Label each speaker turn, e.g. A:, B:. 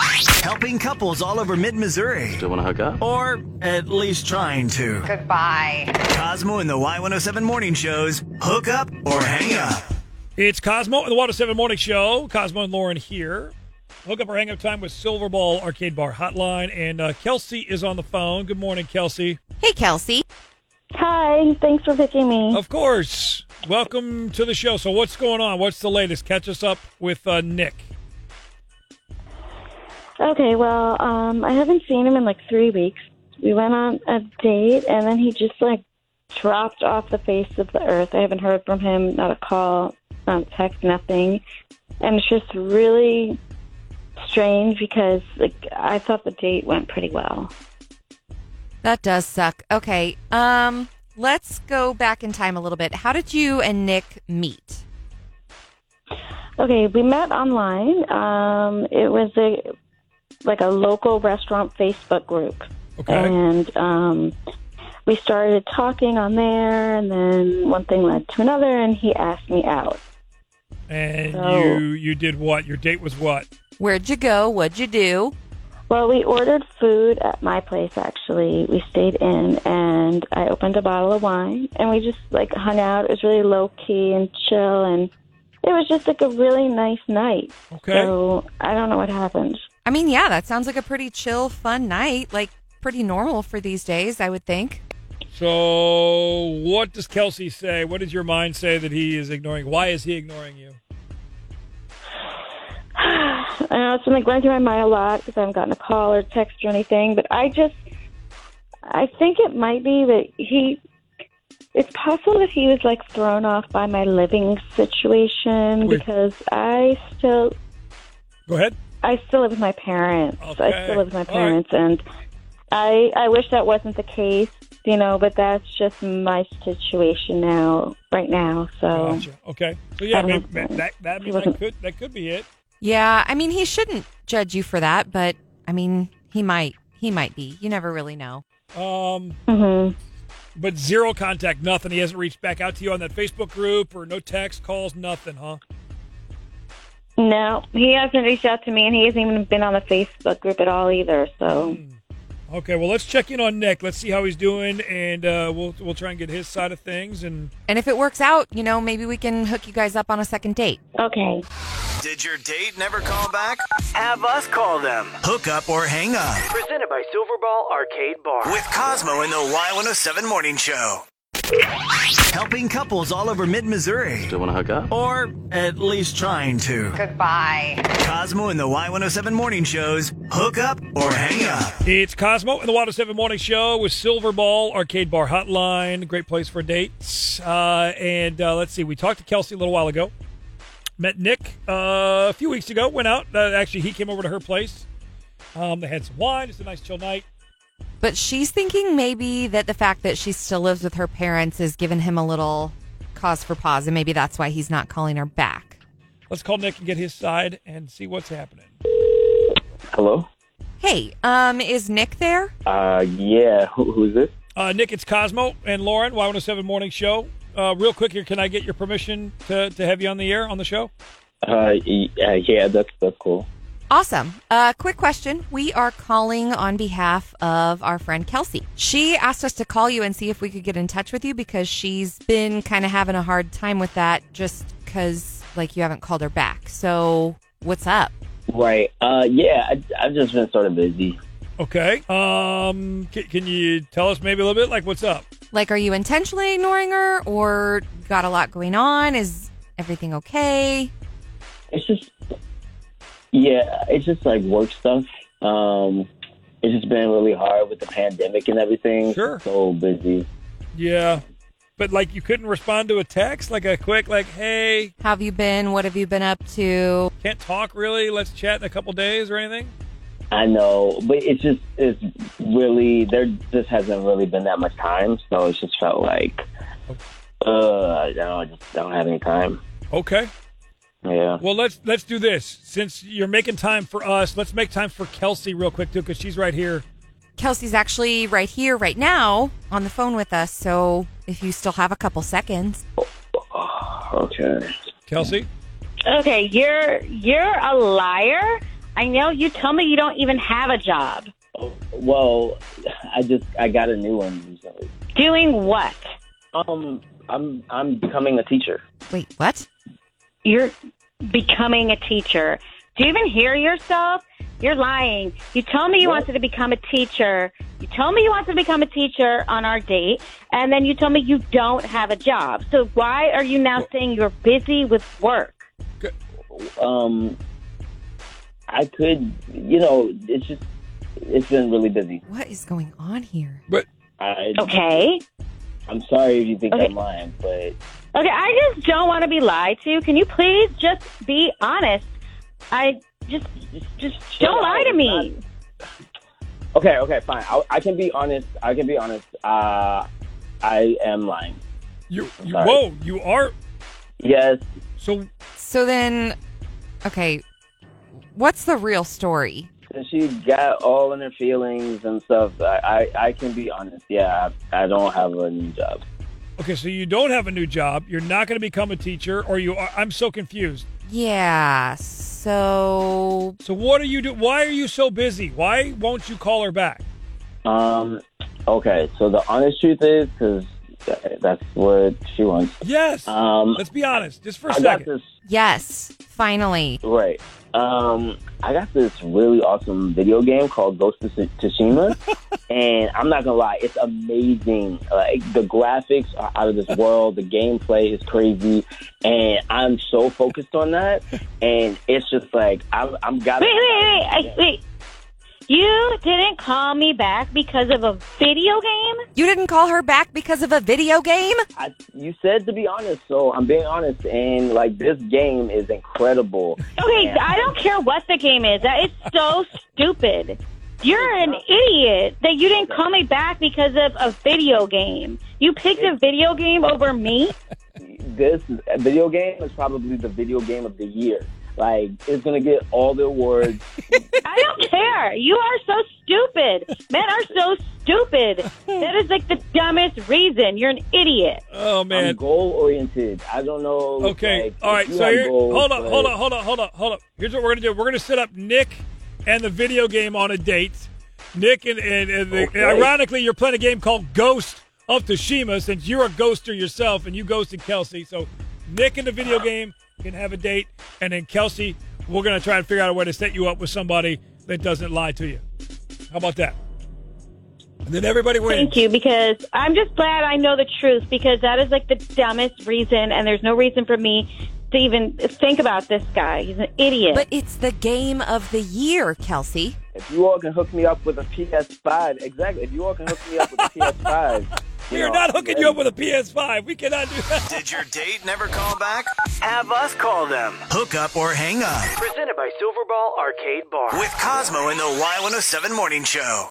A: helping couples all over mid Missouri.
B: Still want to hook up?
A: Or at least trying to.
C: Goodbye.
A: Cosmo and the Y107 morning shows hook up or hang up.
D: It's Cosmo and the Water 7 Morning Show. Cosmo and Lauren here. Hook up or hang up time with Silver Ball Arcade Bar Hotline. And uh, Kelsey is on the phone. Good morning, Kelsey.
C: Hey, Kelsey.
E: Hi, thanks for picking me.
D: Of course. Welcome to the show. So, what's going on? What's the latest? Catch us up with uh, Nick.
E: Okay, well, um, I haven't seen him in like three weeks. We went on a date, and then he just like dropped off the face of the earth. I haven't heard from him, not a call, not a text, nothing. And it's just really strange because like I thought the date went pretty well.
C: That does suck. Okay. Um, let's go back in time a little bit. How did you and Nick meet?
E: Okay, we met online. Um, it was a like a local restaurant Facebook group,
D: Okay.
E: and um, we started talking on there. And then one thing led to another, and he asked me out.
D: And
E: So-
D: you you did what? Your date was what?
C: Where'd you go? What'd you do?
E: Well, we ordered food at my place. Actually, we stayed in, and I opened a bottle of wine, and we just like hung out. It was really low key and chill, and it was just like a really nice night.
D: Okay.
E: So I don't know what happened.
C: I mean, yeah, that sounds like a pretty chill, fun night. Like, pretty normal for these days, I would think.
D: So, what does Kelsey say? What does your mind say that he is ignoring? Why is he ignoring you?
E: I know it's been like running through my mind a lot because I haven't gotten a call or text or anything. But I just, I think it might be that he. It's possible that he was like thrown off by my living situation
D: Wait.
E: because I still,
D: Go ahead.
E: I still live with my parents.
D: Okay.
E: I still live with my
D: All right.
E: parents, and I, I wish that wasn't the case, you know. But that's just my situation now, right now. So.
D: Gotcha. Okay. So yeah, I
E: Um,
D: mean, ma- that that,
E: he
D: means that
E: wasn't-
D: could that could be it.
C: Yeah, I mean, he shouldn't judge you for that, but I mean, he might. He might be. You never really know.
D: Um,
E: mhm.
D: but zero contact, nothing. He hasn't reached back out to you on that Facebook group or no text, calls, nothing, huh?
E: No, he hasn't reached out to me, and he hasn't even been on the Facebook group at all either. So,
D: Okay. Well, let's check in on Nick. Let's see how he's doing, and uh, we'll we'll try and get his side of things. And
C: And if it works out, you know, maybe we can hook you guys up on a second date.
E: okay.
A: Did your date never call back? Have us call them. Hook up or hang up
F: Presented by Silverball Arcade Bar.
A: with Cosmo and the Y107 morning show. Helping couples all over mid Missouri.
B: Still want to hook up?
A: Or at least trying to.
C: Goodbye.
A: Cosmo and the Y107 morning shows hook up or hang up.
D: it's Cosmo and the Water Seven Morning Show with Silver Ball Arcade Bar Hotline. Great place for dates. Uh, and uh, let's see, we talked to Kelsey a little while ago. Met Nick uh, a few weeks ago. Went out. Uh, actually, he came over to her place. Um, they had some wine. It's a nice chill night.
C: But she's thinking maybe that the fact that she still lives with her parents has given him a little cause for pause, and maybe that's why he's not calling her back.
D: Let's call Nick and get his side and see what's happening.
G: Hello?
C: Hey, um, is Nick there?
G: Uh, yeah. Who, who's this?
D: Uh, Nick, it's Cosmo and Lauren, Y107 Morning Show. Uh, real quick here, can I get your permission to, to have you on the air on the show?
G: Uh, y- uh, yeah, that's that's cool.
C: Awesome. Uh, quick question. We are calling on behalf of our friend Kelsey. She asked us to call you and see if we could get in touch with you because she's been kind of having a hard time with that just because, like, you haven't called her back. So, what's up?
G: Right. Uh, yeah. I, I've just been sort of busy.
D: Okay. Um, can, can you tell us maybe a little bit, like what's up?
C: Like, are you intentionally ignoring her or got a lot going on? Is everything okay?
G: It's just. Yeah, it's just like work stuff. Um, it's just been really hard with the pandemic and everything.
D: Sure.
G: So busy.
D: Yeah. But like you couldn't respond to a text, like a quick, like, hey,
C: How have you been? What have you been up to?
D: can't talk really. Let's chat in a couple days or anything.
G: I know, but it's just it's really there. Just hasn't really been that much time, so it's just felt like. Uh, I don't, I just don't have any time.
D: Okay.
G: Yeah.
D: Well, let's let's do this. Since you're making time for us, let's make time for Kelsey real quick too, because she's right here.
C: Kelsey's actually right here, right now, on the phone with us. So, if you still have a couple seconds.
G: Okay.
D: Kelsey.
E: Okay, you're you're a liar. I know you tell me you don't even have a job.
G: Well, I just I got a new one recently.
E: Doing what?
G: Um, I'm I'm becoming a teacher.
C: Wait, what?
E: You're becoming a teacher. Do you even hear yourself? You're lying. You told me you
G: What?
E: wanted to become a teacher. You told me you wanted to become a teacher on our date, and then you told me you don't have a job. So why are you now saying you're busy with work?
G: Um, I could, you know, it's just it's been really busy.
C: What is going on here?
G: I
E: Okay.
G: I'm sorry if you think
E: Okay.
G: I'm lying, but
E: Okay, I just don't want to be lied to. Can you please just be honest? I just just don't lie to me.
G: okay, okay, fine. I, I can be honest. I can be honest. Uh, I am lying.
D: You, you
G: Sorry.
D: whoa, you are
G: Yes.
D: so
C: So then, okay, what's the real story?
G: And she got all in her feelings and stuff. I, I, I can be honest. Yeah, I, I don't have a new job.
D: okay. So you don't have a new job. You're not going to become a teacher, or you are. I'm so confused.
C: Yeah, so
D: So what are you do? Why are you so busy? Why won't you call her back?
G: Um, okay, so the honest truth is, because that's what she wants.
D: Yes.
G: Um,
D: Let's be honest, just for a
G: I got
D: second.
G: this,
C: yes, finally.
G: right. Um, I got this really awesome video game called Ghost of Tsu- Tsushima, and I'm not gonna lie, it's amazing. Like the graphics are out of this world, the gameplay is crazy, and I'm so focused on that, and it's just like I'm, I'm got.
E: Wait, wait, wait, I, wait. You didn't call me back because of a video game?
C: You didn't call her back because of a video game?
G: I, you said to be honest, so I'm being honest, and like this game is incredible.
E: Okay,
G: Yeah.
E: I don't care what the game is. That is so stupid. You're an idiot that you didn't call me back because of a video game. You picked a video game over me?
G: This video game is probably the video game of the year. Like it's gonna get all the awards.
E: I don't care. You are so stupid. Men are so stupid. That is like the dumbest reason. You're an idiot.
D: Oh
G: I'm
D: man.
G: goal oriented. I don't know.
D: Okay.
G: like,
D: All right.
G: if you
D: So
G: have
D: here,
G: goals,
D: hold up,
G: but-
D: hold up, hold up, hold up, hold up. Here's what we're gonna do. We're gonna set up Nick and the video game on a date. Nick and, and, and, the,
G: Okay.
D: ironically, you're playing a game called Ghost of Tsushima since you're a ghoster yourself and you ghosted Kelsey. So Nick and the video game can have a date, and then Kelsey, we're gonna try and figure out a way to set you up with somebody that doesn't lie to you. How about that? And then everybody wins.
E: Thank you, because I'm just glad I know the truth because that is like the dumbest reason, and there's no reason for me to even think about this guy. He's an idiot.
C: But it's the game of the year, Kelsey.
G: If you all can hook me up with a PS5, exactly. If you all can hook me up with a PS5,
D: We are not hooking you up with a PS5. We cannot do that.
A: Did your date never call back?
F: Have us call them.
A: Hook up or hang up
F: Presented by Silverball Arcade Bar.
A: with Cosmo in the Y107 Morning Show.